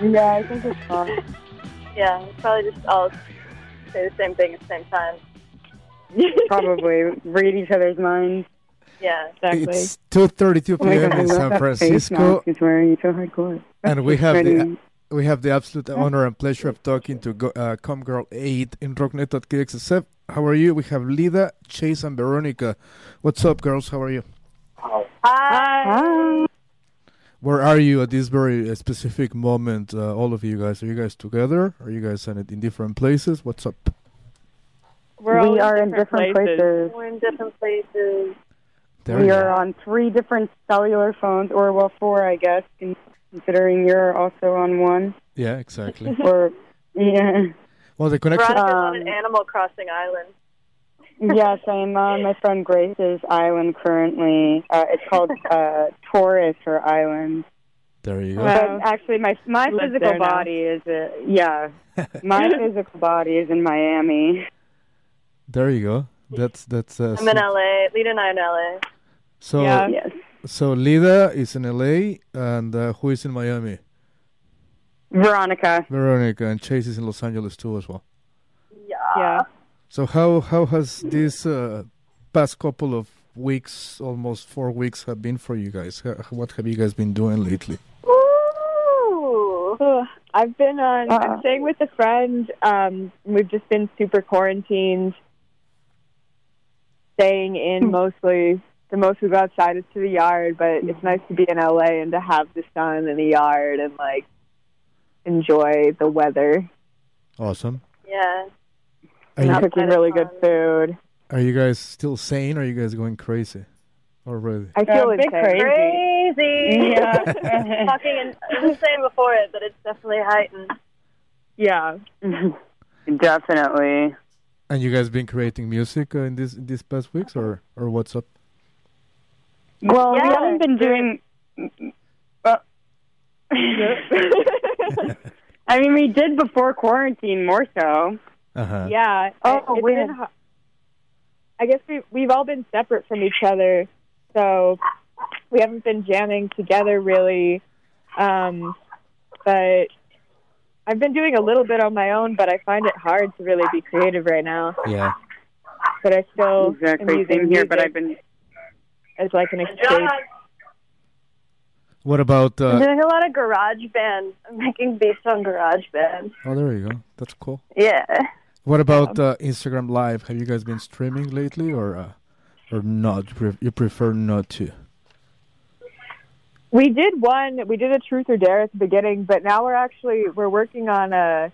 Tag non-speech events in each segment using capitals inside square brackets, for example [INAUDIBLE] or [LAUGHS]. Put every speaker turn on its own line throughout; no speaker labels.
Yeah, I think it's
[LAUGHS]
fun.
yeah, we probably just all say the same thing at the same time.
Probably read each other's minds.
Yeah.
It's 2:32
Oh my
p.m.
God, I
in
love
San
that face
Francisco,
mask He's wearing so hardcore.
and we have the
Ready.
we have the absolute honor and pleasure of talking to go, uh, Comgirl 8 in Rocknet.kxsf. How are you? We have Lida, Chase, and Veronica. What's up, girls? How are you?
Hi.
Where are you at this very uh, specific moment? Uh, all of you guys, are you guys together? Are you guys in, in different places? What's up?
We're all
We are in different places.
We're in different places.
There
We
you
are
are.
on three different cellular phones, or well, four, I guess, con- considering you're also on
[LAUGHS]
one.
Yeah, exactly.
Or yeah,
well, the connection.
Veronica's on an
Um,
Animal Crossing island.
yes, I'm on my friend Grace's island currently. Uh, it's
[LAUGHS]
called uh, Taurus, her island.
There you go.
Wow.
But actually, my my
Live
physical
there now.
body is uh,
[LAUGHS]
yeah, my physical body is in Miami.
There you go. That's that's. Uh,
I'm in LA. Lita and I in LA.
so
Yeah.
Yes,
so Lida is in LA, and uh, who is in Miami?
Veronica.
Veronica and Chase is in Los Angeles too as well.
Yeah.
So how how has this uh, past couple of weeks, almost four weeks, have been for you guys? Ha- What have you guys been doing lately?
Ooh.
Ugh, oh, I've been on.
Uh.
I'm staying with a friend. Um, we've just been super quarantined, staying in mostly. The most we go outside is to the yard, but it's nice to be in LA and to have the sun and the yard and like enjoy the weather
Awesome.
Yeah.
Are
and
you,
cooking really good food.
are you guys still sane? Or are you guys going crazy already?
I feel
a bit
insane.
crazy.
Crazy.
Yeah.
[LAUGHS] Talking and I was saying before it, but it's definitely heightened.
Yeah.
Definitely.
And you guys been creating music uh, in this in these past weeks, or or what's [LAUGHS] up?
Well, we
Yeah,
haven't been doing.
[LAUGHS]
Well,
[LAUGHS]
I mean, we did before quarantine more so.
Uh huh.
Yeah.
Oh,
it's
weird.
been ho- I guess we we've all been separate from each other, so we haven't been jamming together really. Um, but I've been doing a little bit on my own, but I find it hard to really be creative right now.
Yeah.
But I
Oh,
still am
Exactly.
using
Same here, but
music
I've been
as like an escape.
What about?
I'm
Uh,
doing a lot of garage band. I'm making beats on garage band.
oh, there you go. That's cool.
Yeah.
What about uh, Instagram Live? Have you guys been streaming lately, or uh, or not? You pre- You prefer not to.
We did one. We did a truth or dare at the beginning, but now we're actually we're working on a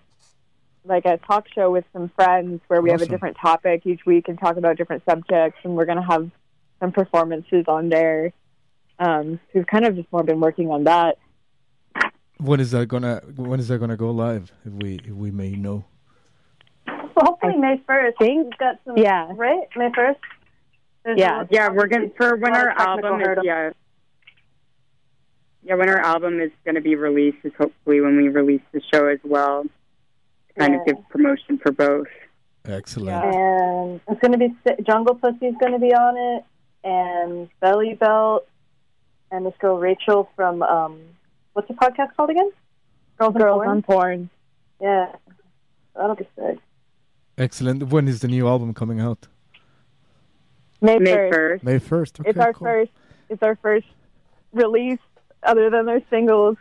like a talk show with some friends where we have
Awesome.
a different topic each week and talk about different subjects, and we're gonna have some performances on there. Um, we've kind of just more been working on that.
When is that gonna When is that gonna go live? If we if we may know.
Well, hopefully May first.
think-
We've got some.
yeah.
Right. May first.
yeah yeah we're gonna for when
not a
our
technical
album is
hurdle.
yeah yeah when our album is gonna be released is hopefully when we release the show as well to kind of
Yeah.
give promotion for both.
Excellent.
Yeah.
and it's going to be Jungle Pussy's going to be on it, and Belly Belt, and this girl Rachel from um, what's the podcast called again? Girls,
Girls on porn.
Yeah, that'll be sick.
Excellent. When is the new album coming out?
May
May
first.
first.
May first.
It's our first. It's our first release other than their singles.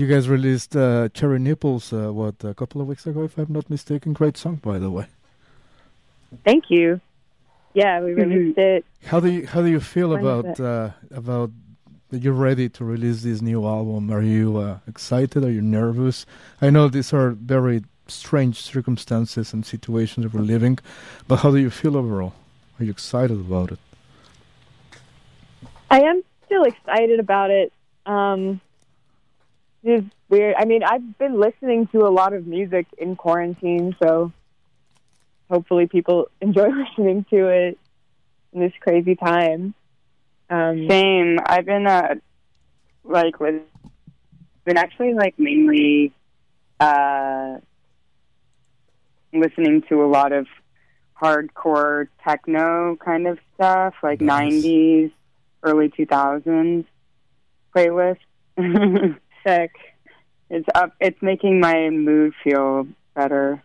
You guys released uh, Cherry Nipples. Uh, what a couple of weeks ago, if I'm not mistaken. Great song, by the way.
Thank you. Yeah, we released it.
How do you How do you feel
When is
about uh, about that you're ready to release this new album? Are you uh, excited? Are you nervous? I know these are very strange circumstances and situations that we're living, but how do you feel overall? Are you excited about it?
I am still excited about it. Um, it's weird. I mean, I've been listening to a lot of music in quarantine, so hopefully people [LAUGHS] enjoy listening to it in this crazy time. Um,
Same. I've been uh like with been actually like mainly uh listening to a lot of hardcore techno kind of stuff, like
Nice.
nineties, early two thousands. [LAUGHS]
playlist.
Sick. It's up. It's making my mood feel better.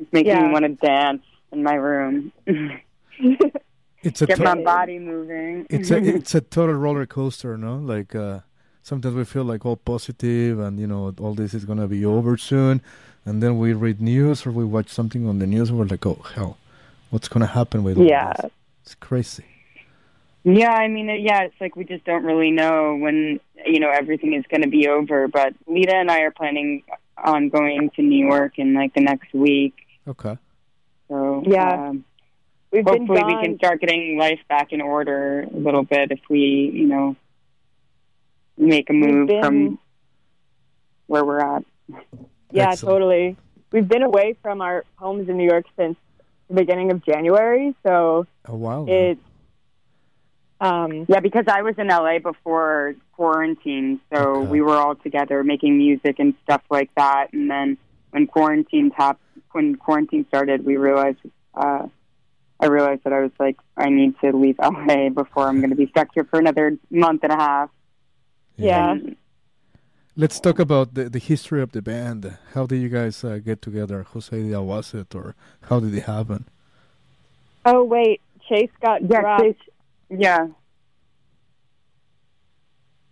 It's making
Yeah.
me want to dance in my room.
It's
[LAUGHS]
a
Get
to-
my body moving.
it's a
[LAUGHS]
it's a total roller coaster, no? Like uh, sometimes we feel like all positive and you know all this is gonna be over soon, and then we read news or we watch something on the news and we're like, oh hell, what's gonna happen with all
[LAUGHS] Yeah.
this? It's crazy.
Yeah, I mean, it- yeah, it's like we just don't really know when you know everything is going to be over. But Lita and I are planning on going to New York in like the next week.
Okay.
So
Yeah.
um,
We've been
hopefully
gone.
we can start getting life back in order a little bit if we, you know, make a
We've
move
been-
from where we're at.
Yeah,
Excellent.
totally. We've been away from our homes in New York since the beginning of January, so
A
Oh,
while. now.
it. Um,
Yeah, because I was in LA before quarantine, so
Okay.
we were all together making music and stuff like that. And then when quarantine hap- when quarantine started, we realized uh, I realized that I was like, I need to leave LA before I'm going to be stuck here for another month and a half.
yeah.
And
Let's talk about the, the history of the band. How did you guys uh, get together? Whose idea was it, or how did it happen?
Oh wait, Chase got
Yeah,
dropped.
Chase- yeah,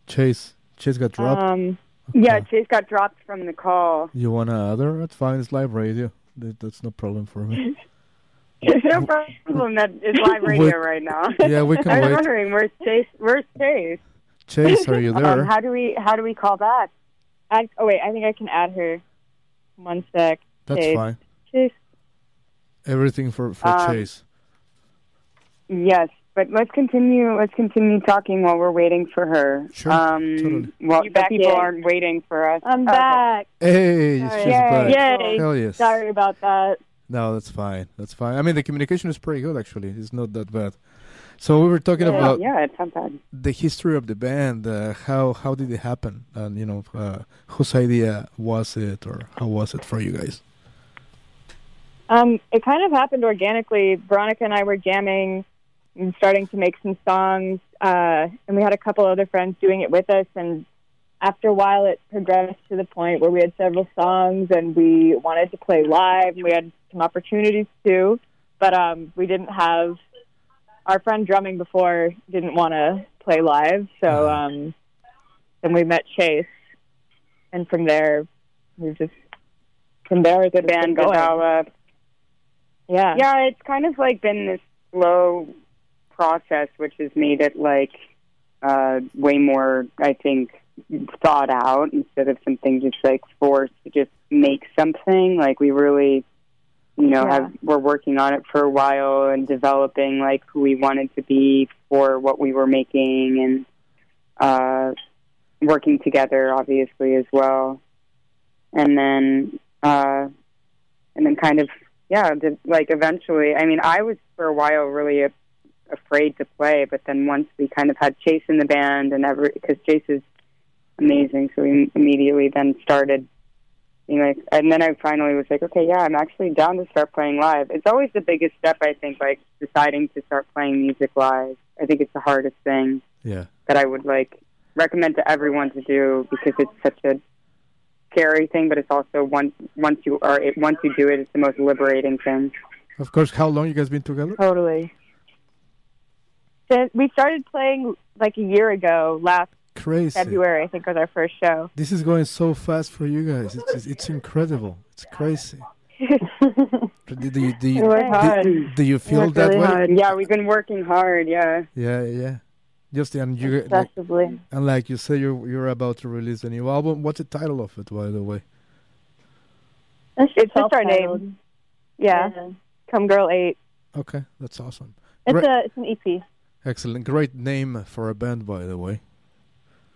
Chase, Chase got dropped.
Um, [LAUGHS]
yeah.
Okay.
Chase got dropped from the call. [LAUGHS]
You want another? That's fine. It's live radio. That, that's no problem for
[LAUGHS]
me.
It's no problem. That is live radio right now. [LAUGHS]
yeah, we
I
can
was
wait.
wondering where's Chase? Where's Chase?
Chase,
[LAUGHS]
are you
Uh,
there?
Um, how do we how do we call back?
add, oh wait, I think I can add her. One sec.
that's
Chase. Uh,
fine.
Chase.
Everything for for
Um,
Chase.
Yes, but let's continue. Let's continue talking while we're waiting for her.
Sure,
um,
totally.
While
You
the
back
people
in? Oh,
aren't waiting for us.
I'm
Okay.
back.
Hey,
Sorry.
she's
Yay.
back.
Yay.
Hell yes.
Sorry about that.
No, that's fine. That's fine. I mean, the communication is pretty good actually. It's not that bad. So we were talking
Yeah,
about
yeah, it's not bad.
the history of the band. Uh, how how did it happen? And you know, uh, whose idea was it, or how was it for you guys?
Um, it kind of happened organically. Veronica and I were jamming and starting to make some songs, uh, and we had a couple other friends doing it with us. And after a while, it progressed to the point where we had several songs and we wanted to play live. and We had some opportunities too, but um, we didn't have our friend drumming before didn't want to play live. So um, then we met Chase, and from there, we just from there it's
The
just been
band
going.
developed.
Yeah.
Yeah, it's kind of like been this slow process, which has made it like uh, way more, I think, thought out instead of something just like forced to just make something. Like we really, you know,
Yeah.
have we're working on it for a while and developing like who we wanted to be for what we were making and uh, working together, obviously as well. And then, uh, and then kind of yeah, the, like eventually. I mean, I was for a while really a, afraid to play, but then once we kind of had Chase in the band and every because Chase is amazing, so we immediately then started. You know, and then I finally was like, okay, yeah, I'm actually down to start playing live. It's always the biggest step, I think, like deciding to start playing music live. I think it's the hardest thing
Yeah.
that I would like recommend to everyone to do because it's such a scary thing, but it's also once once you are it, once you do it, it's the most liberating thing.
Of course. How long you guys been together?
Totally. Since we started playing like a year ago, last
Crazy.
February, I think was our first show. [LAUGHS]
This is going so fast for you guys. It's it's, it's incredible. It's crazy. Do, do you, do, you, do, do you feel that way?
Yeah, we've been working hard. Yeah,
Yeah, yeah. Just and you like,
Possibly.
and like you say, you're you're about to release a new album. What's the title of it, by the way?
It's just our name. Yeah. Come Girl 8.
Okay, that's awesome.
It's
Great.
a it's an E EP.
Excellent, great name for a band, by the way.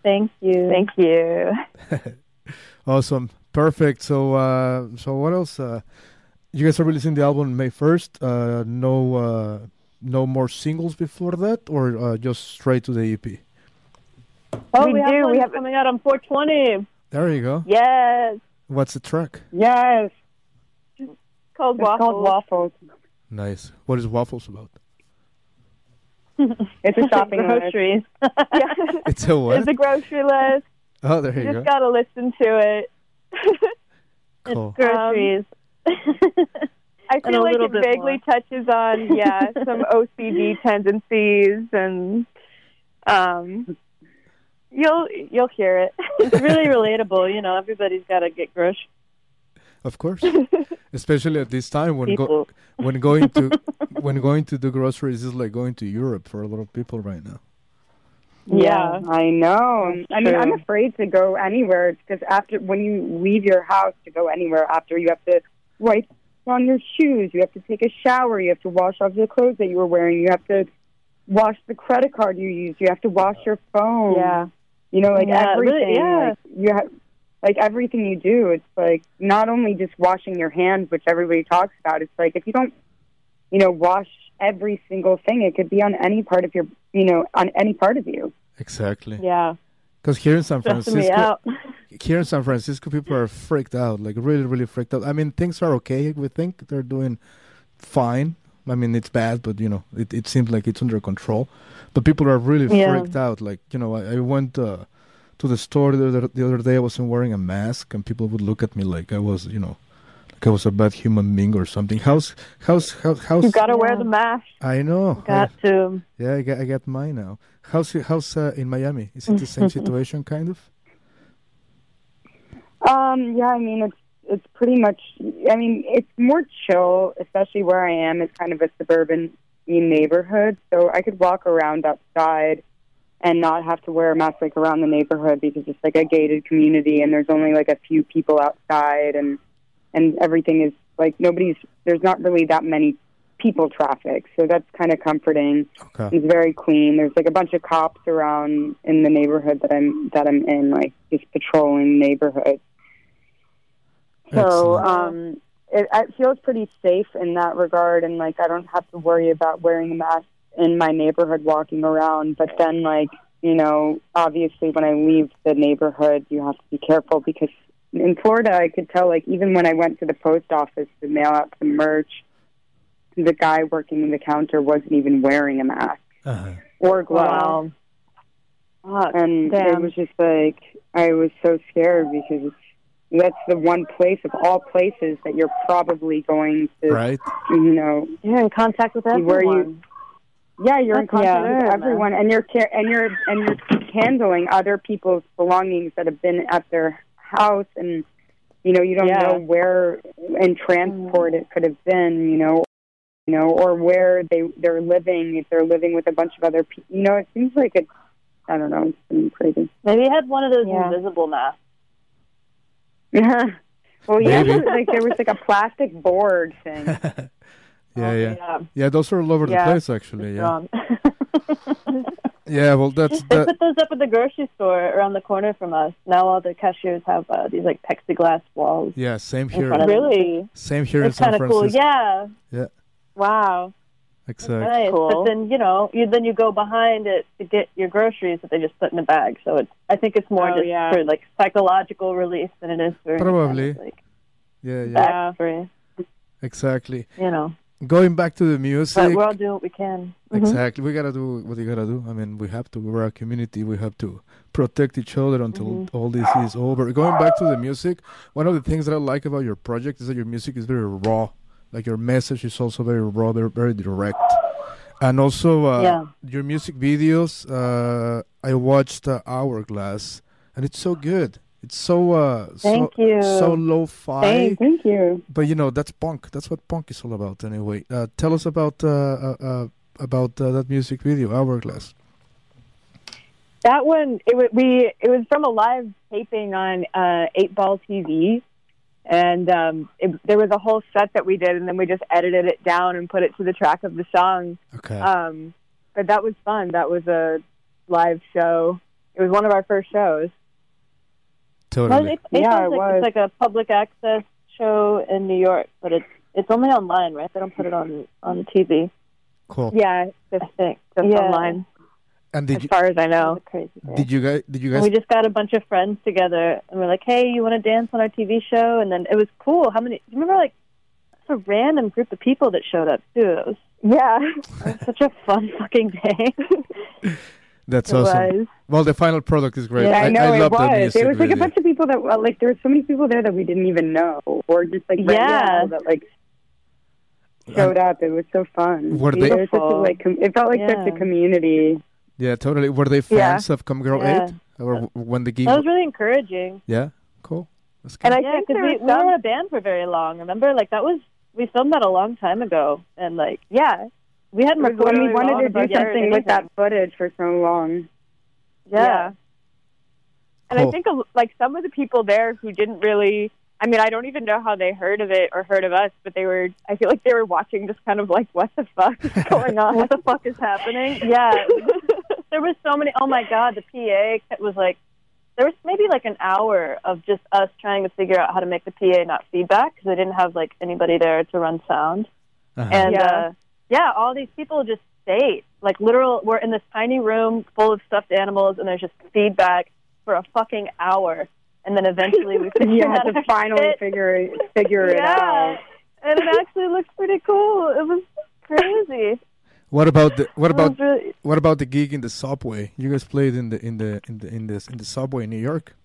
Thank you.
Thank you.
Awesome, perfect. So, uh, so what else? Uh, you guys are releasing the album May first. Uh, no, uh, no more singles before that, or uh, just straight to the EP.
oh,
we
we, have
do,
one
we have-
coming out on 420.
There you go.
Yes.
What's the track?
yes,
Cold
it's
waffles.
called waffles.
Nice. What is Waffles about?
It's
[LAUGHS]
a shopping list.
[LAUGHS]
groceries.
yeah.
It's a what?
It's a grocery list.
oh, there you
You
go.
just got to listen to it. Um,
Cool.
groceries.
I
And a
feel like
little
it
bit
vaguely touches on yeah some OCD tendencies and um you'll you'll hear it. [LAUGHS]
it's really relatable. You know, everybody's got to get groceries.
Of course. Especially at this time when go,
People.
when going to when going to the groceries is like going to Europe for a lot of people right now.
Yeah.
I know. I mean,
True.
I'm afraid to go anywhere because after when you leave your house to go anywhere, after you have to wipe on your shoes, you have to take a shower, you have to wash off the clothes that you were wearing, you have to wash the credit card you used, you have to wash your phone.
Yeah.
You know, like
Yeah, really,
everything.
yeah.
Like you have, like everything you do, it's like not only just washing your hands, which everybody talks about. It's like if you don't, you know, wash every single thing, it could be on any part of your, you know, on any part of you.
Exactly.
Yeah.
Because here in San
Stressing me
Francisco,
out.
here in San Francisco, people are freaked out, like really, really freaked out. I mean, things are okay. We think they're doing fine. I mean, it's bad, but you know, it, it seems like it's under control. But people are really
Yeah.
freaked out. Like, you know, I, I went uh, to the store the other, the other day. I wasn't wearing a mask, and people would look at me like I was, you know, like I was a bad human being or something. How's how's how, how's
You got to wear
Yeah.
the mask.
I know.
Got to.
I- yeah, I got I got mine now. How's how's uh, in Miami? Is it the same situation, kind of?
Um, yeah, I mean it's it's pretty much. I mean it's more chill, especially where I am. It's kind of a suburban neighborhood, so I could walk around outside and not have to wear a mask like around the neighborhood because it's like a gated community and there's only like a few people outside and and everything is like nobody's there's not really that many people traffic so that's kind of comforting
Okay.
it's very clean. There's like a bunch of cops around in the neighborhood that I'm that I'm in, like just patrolling the neighborhood. So
Excellent.
um, it, it feels pretty safe in that regard, and like I don't have to worry about wearing a mask in my neighborhood walking around. But then, like you know, obviously when I leave the neighborhood, you have to be careful because in Florida, I could tell like even when I went to the post office to mail out some merch, the guy working the counter wasn't even wearing a mask
Uh-huh.
or gloves.
Wow. uh,
Fuck.
And it
Damn.
was just like I was so scared because that's the one place of all places that you're probably going to,
Right.
you know,
You're in contact with everyone.
Where you- yeah, you're in
That's-
contact
yeah.
with
Yeah,
everyone, and you're care- and you're and you're handling other people's belongings that have been at their house, and you know you don't
Yeah.
know where in transport it could have been, you know, you know, or where they they're living if they're living with a bunch of other people. You know, it seems like it's I don't know, it's been crazy.
Maybe you had one of those
Yeah.
invisible masks.
Yeah. Well, yeah,
Maybe.
[LAUGHS] like there was like a plastic board
[LAUGHS]
thing.
[LAUGHS] Yeah, yeah, yeah. Those are all over
Yeah.
the place, actually. Yeah,
Wrong.
yeah.
[LAUGHS]
Well, that's
They
that.
put those up at the grocery store around the corner from us. Now all the cashiers have uh, these like plexiglass walls.
Yeah,
in
same
front
here.
of them.
Really?
Same here
It's
in San
kind of cool.
Francisco.
Yeah.
Wow.
Exactly.
Nice.
cool.
But then you know, you then you go behind it to get your groceries that they just put in a bag. So it's I think it's more
Oh,
just
yeah.
for like psychological release than it is for
Probably.
like
Yeah, yeah.
back
Yeah.
free.
Exactly.
You know.
Going back to the music.
But we're all doing what we can. Mhm.
Exactly. We gotta do what you gotta do. I mean, we have to. We're a community. We have to protect each other until
Mm-hmm.
all this is over. Going back to the music, one of the things that I like about your project is that your music is very raw. Like your message is also very raw, very, very direct. And also, uh,
Yeah.
your music videos. Uh, I watched uh, Hourglass, and it's so good. It's so uh,
Thank
so,
you.
so lo-fi
Thank you.
but you know that's punk. That's what punk is all about, anyway. Uh, tell us about uh, uh, uh, about uh, that music video, Hourglass.
That one, it wa we it was from a live taping on uh, Eight Ball TV, and um, it, there was a whole set that we did, and then we just edited it down and put it to the track of the song.
Okay.
Um, but that was fun. That was a live show. It was one of our first shows.
Well,
totally.
it, it
Yeah,
sounds
it
like
was.
it's like a public access show in New York, but it's it's only online, right? They don't put it on on TV.
Cool.
Yeah, just
I think
just
yeah.
online,
And
as
did you
far as I know.
That's a crazy. thing.
did you guys did you
And
guys
we just got a bunch of friends together and we're like, hey, you want to dance on our TV show? And then it was cool. How many? Do you remember like it's a random group of people that showed up too? It was
[LAUGHS] Yeah,
It's such a fun [LAUGHS] fucking day.
That's
It
awesome.
was.
Well, the final product is great.
Yeah, I, know it
love
was.
the music.
it was like
really.
a bunch of people that well, like there were so many people there that we didn't even know, or just like random
Yeah.
people that like showed up. It was so fun.
Were
It, was
they-
such a,
Beautiful.
like, com- it felt like such
Yeah.
a community.
yeah, totally. Were they
Yeah.
fans of Come Girl
Yeah.
8? Or w- when the game.
That was really encouraging.
yeah, cool. That's good.
and I
yeah,
think
because
there
we,
was
we
some-
were a band for very long. Remember, like that was we filmed that a long time ago, and like yeah, we hadn't
It was
recorded
when we
all
wanted to
of our
do
gear or
something with that
anything.
footage for so
[LAUGHS]
long.
Yeah.
Yeah. And
Cool.
I think a l- like some of the people there who didn't really I mean, I don't even know how they heard of it or heard of us, but they were I feel like they were watching just kind of like [LAUGHS] what the fuck
[LAUGHS]
is going on?
what the fuck is happening? [LAUGHS] Yeah, there was so many. Oh my god, the PA was like, there was maybe like an hour of just us trying to figure out how to make the PA not feedback because they didn't have like anybody there to run sound.
Uh-huh.
And
Yeah.
yeah. Uh, yeah, all these people just stayed. Like literal, we're in this tiny room full of stuffed animals, and there's just feedback for a fucking hour. And then eventually [LAUGHS] we figured
You
out
had to
our
finally
shit.
figure it, figure it
yeah. [LAUGHS]
out.
And it actually looked pretty cool. It was crazy.
what about the what
It was
about
really,
what about the gig in the subway? You guys played in the in the in the in this in the subway in New York.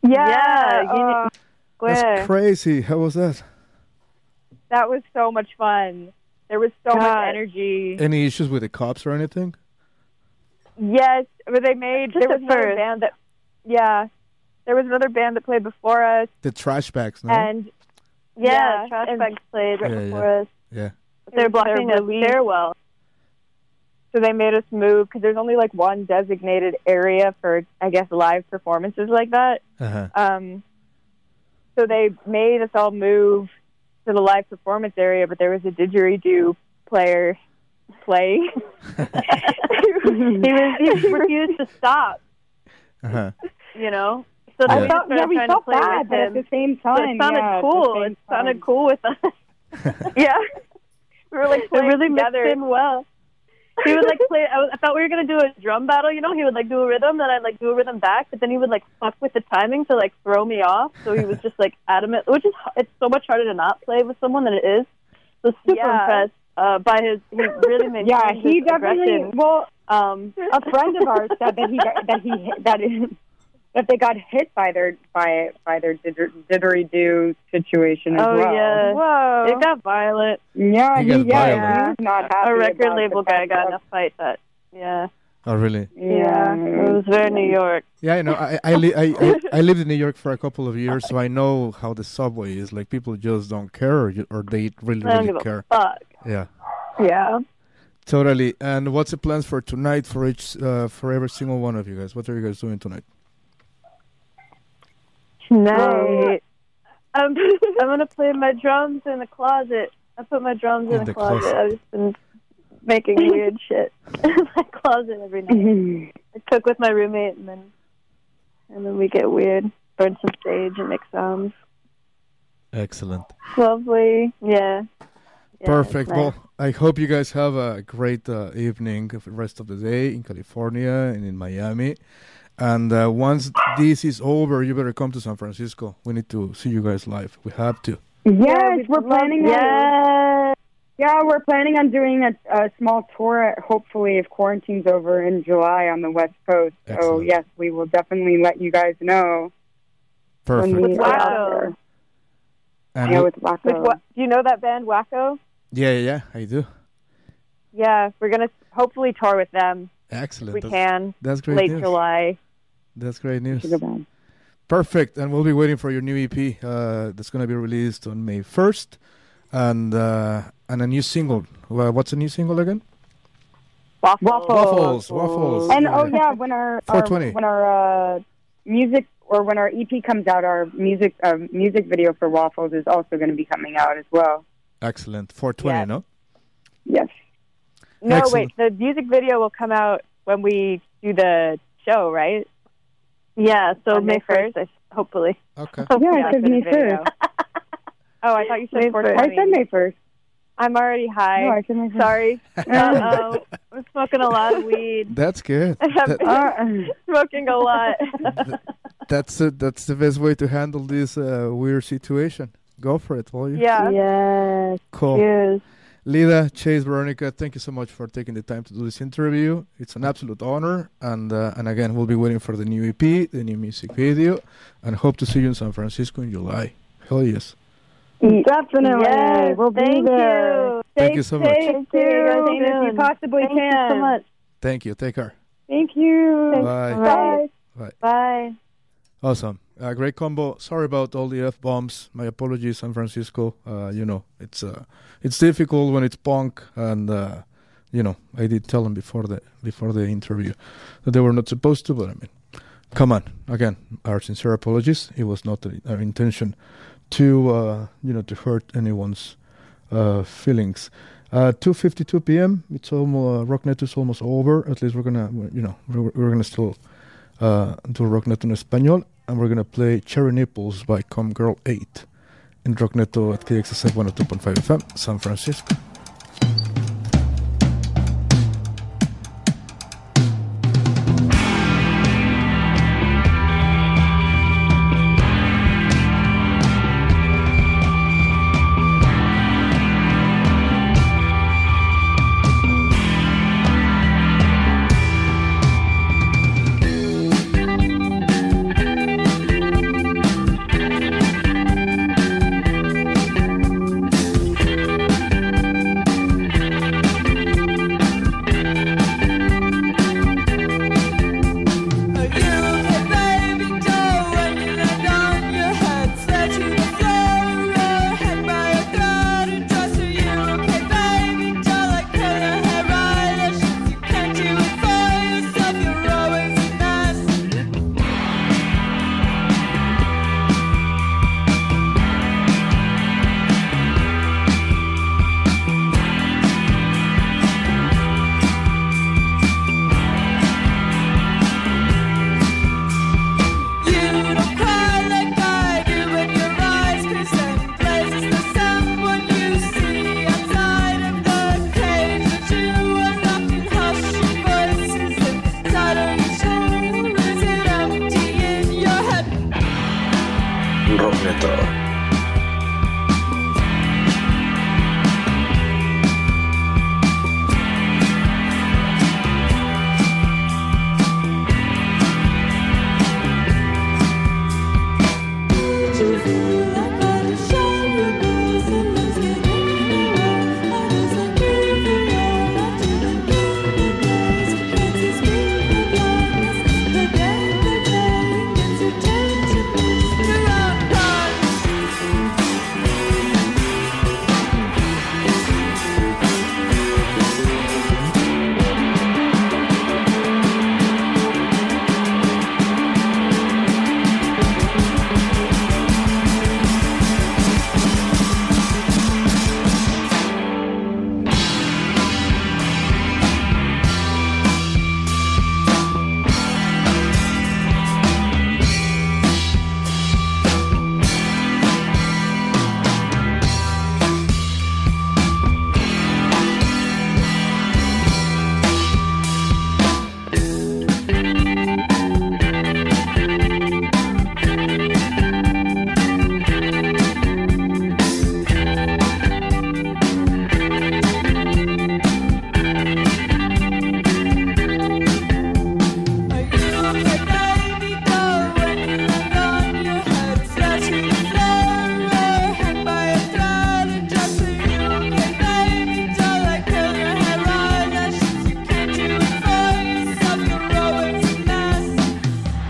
yeah,
[LAUGHS] Yeah,
Union
uh,
Square.
That's crazy. How was that?
that was so much fun. There was so much
God.
energy.
Any issues with the cops or anything?
Yes, but they made
Just
there was
at
another
first.
band that yeah, there was another band that played before us,
The trash bags, no?
and
yeah,
Yeah,
trash
and-
bags played right
Oh. Yeah,
before us.
yeah.
They're blocking
Their
a
release.
stairwell. [LAUGHS]
so they made us move because there's only like one designated area for I guess live performances like that.
[LAUGHS] Uh-huh.
Um, so they made us all move to the live performance area, but there was a didgeridoo player playing. [LAUGHS]
he, was, he refused to stop,
Uh-huh.
you know? So
I
then we
Felt-
just
yeah,
started
we
trying to
felt
play
bad,
with
but at
him.
the same
But
time,
it sounded
yeah, at the
cool.
same
It sounded
time.
cool
[LAUGHS]
with us.
yeah, we were like
It
playing
really mixed
together.
in well. He would like play. I, was, I thought we were gonna do a drum battle. You know, he would like do a rhythm, then I'd like do a rhythm back. But then he would like fuck with the timing to like throw me off. So he was just like adamant, which is it's so much harder to not play with someone than it is. So super
Yeah.
impressed uh, by his. He really maintained
Yeah, he
his
definitely.
aggression.
Well,
Um,
a friend of ours said that he got,
[LAUGHS]
that he that that they got hit by their by by their didder- didgeridoo situation as
Oh
well.
yeah,
Whoa!
it got violent.
yeah,
He
he,
got
yeah,
violent.
he was not happy.
Our record
about the
label guy
fact
got in
that-
a fight. That yeah,
Oh, really?
Yeah,
it was very New York.
Yeah, I know. I I, li- I, I I lived in New York for a couple of years, so I know how the subway is. Like people just don't care, or, you- or they really
I don't
really
give a
care.
fuck.
Yeah,
yeah.
totally. And what's the plans for tonight for each uh, for every single one of you guys? What are you guys doing tonight?
Right. Um, I'm [LAUGHS] gonna play my drums in the closet. I put my drums in,
In
the,
the
closet.
closet.
I've just been making
[LAUGHS]
weird shit in my closet every
Mm-hmm.
Mhm.
night. I cook with my roommate, and then and then we get weird, burn some sage, and make sounds.
Excellent,
Lovely. Yeah. Yeah, it's
perfect.
nice.
Well, I hope you guys have a great uh, evening, of the rest of the day in California and in Miami. And uh, once this is over, you better come to San Francisco. We need to see you guys live. We have to.
Yes, we're planning on.
Yeah.
Yeah, we're planning on doing a, a small tour, hopefully, if quarantine's over in July on the West Coast. So,
Excellent.
yes, we will definitely let you guys know
Perfect.
when we are
Wow.
out there.
And-
Yeah, with
Which,
Wacko.
what, do you know that band Wacko?
yeah, yeah, yeah, I do.
Yeah, we're gonna hopefully tour with them.
Excellent.
if We
That's-
can
That's great
late
news.
July.
That's great news.
Sugar Bomb.
Perfect. And we'll be waiting for your new EP uh, that's going to be released on May 1st and uh, and a new single. Well, what's the new single again?
Waffle.
Waffles. Waffles.
And oh yeah, when our, our
420.
when our uh, music or when our EP comes out, our music uh, music video for Waffles is also going to be coming out as well.
Excellent. 420,
Yeah.
no?
Yes.
No,
Excellent.
wait. The music video will come out when we do the show, right?
Yeah. So
On May
May first, hopefully.
Okay.
Oh, Yeah, it
Yeah,
says
for the
May
video. [LAUGHS]
first.
Oh, I thought you
May
said
first.
I said
420.
May first.
I'm already high.
No, I said May first. [LAUGHS]
[LAUGHS]
Uh,
Sorry.
Uh-oh. I'm smoking a lot of
[LAUGHS]
weed.
That's
[LAUGHS]
good.
I'm
That-
[LAUGHS] Uh,
smoking
[LAUGHS]
a lot. [LAUGHS]
that's it. That's the best way to handle this uh, weird situation. Go for it, will you?
yeah.
Yes.
Cool.
Yes.
Lida, Chase, Veronica, thank you so much for taking the time to do this interview. It's an absolute honor, and uh, and again, we'll be waiting for the new EP, the new music video, and hope to see you in San Francisco in July. Hell yes!
Definitely.
Yes,
we'll be
thank
there.
you.
Thank you so much.
Thank you.
Thank you.
If you possibly
Thank you
can.
so much.
Thank you. Take care.
Thank you.
Bye.
Bye.
Bye.
Awesome. Uh, great combo. Sorry about all the f bombs. My apologies, San Francisco. Uh, you know, it's uh, it's difficult when it's punk, and uh, you know, I did tell them before the before the interview that they were not supposed to. But I mean, come on. Again, our sincere apologies. It was not the- our intention to uh, you know to hurt anyone's uh, feelings. Uh, 2:52 p.m. It's almost uh, Rocknet is almost over. At least we're gonna you know we're, we're gonna still uh, do Rockneto en español, and we're gonna play Cherry Nipples by Come Girl 8 in Rockneto at KXSF 102.5 FM, San Francisco.
Thank you
Rockneto.
Thank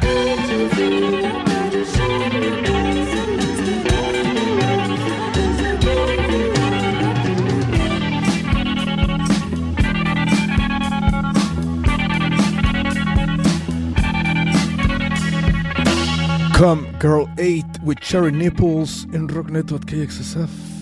you
Come Girl 8 with Cherry Nipples in Rockneto at KXSF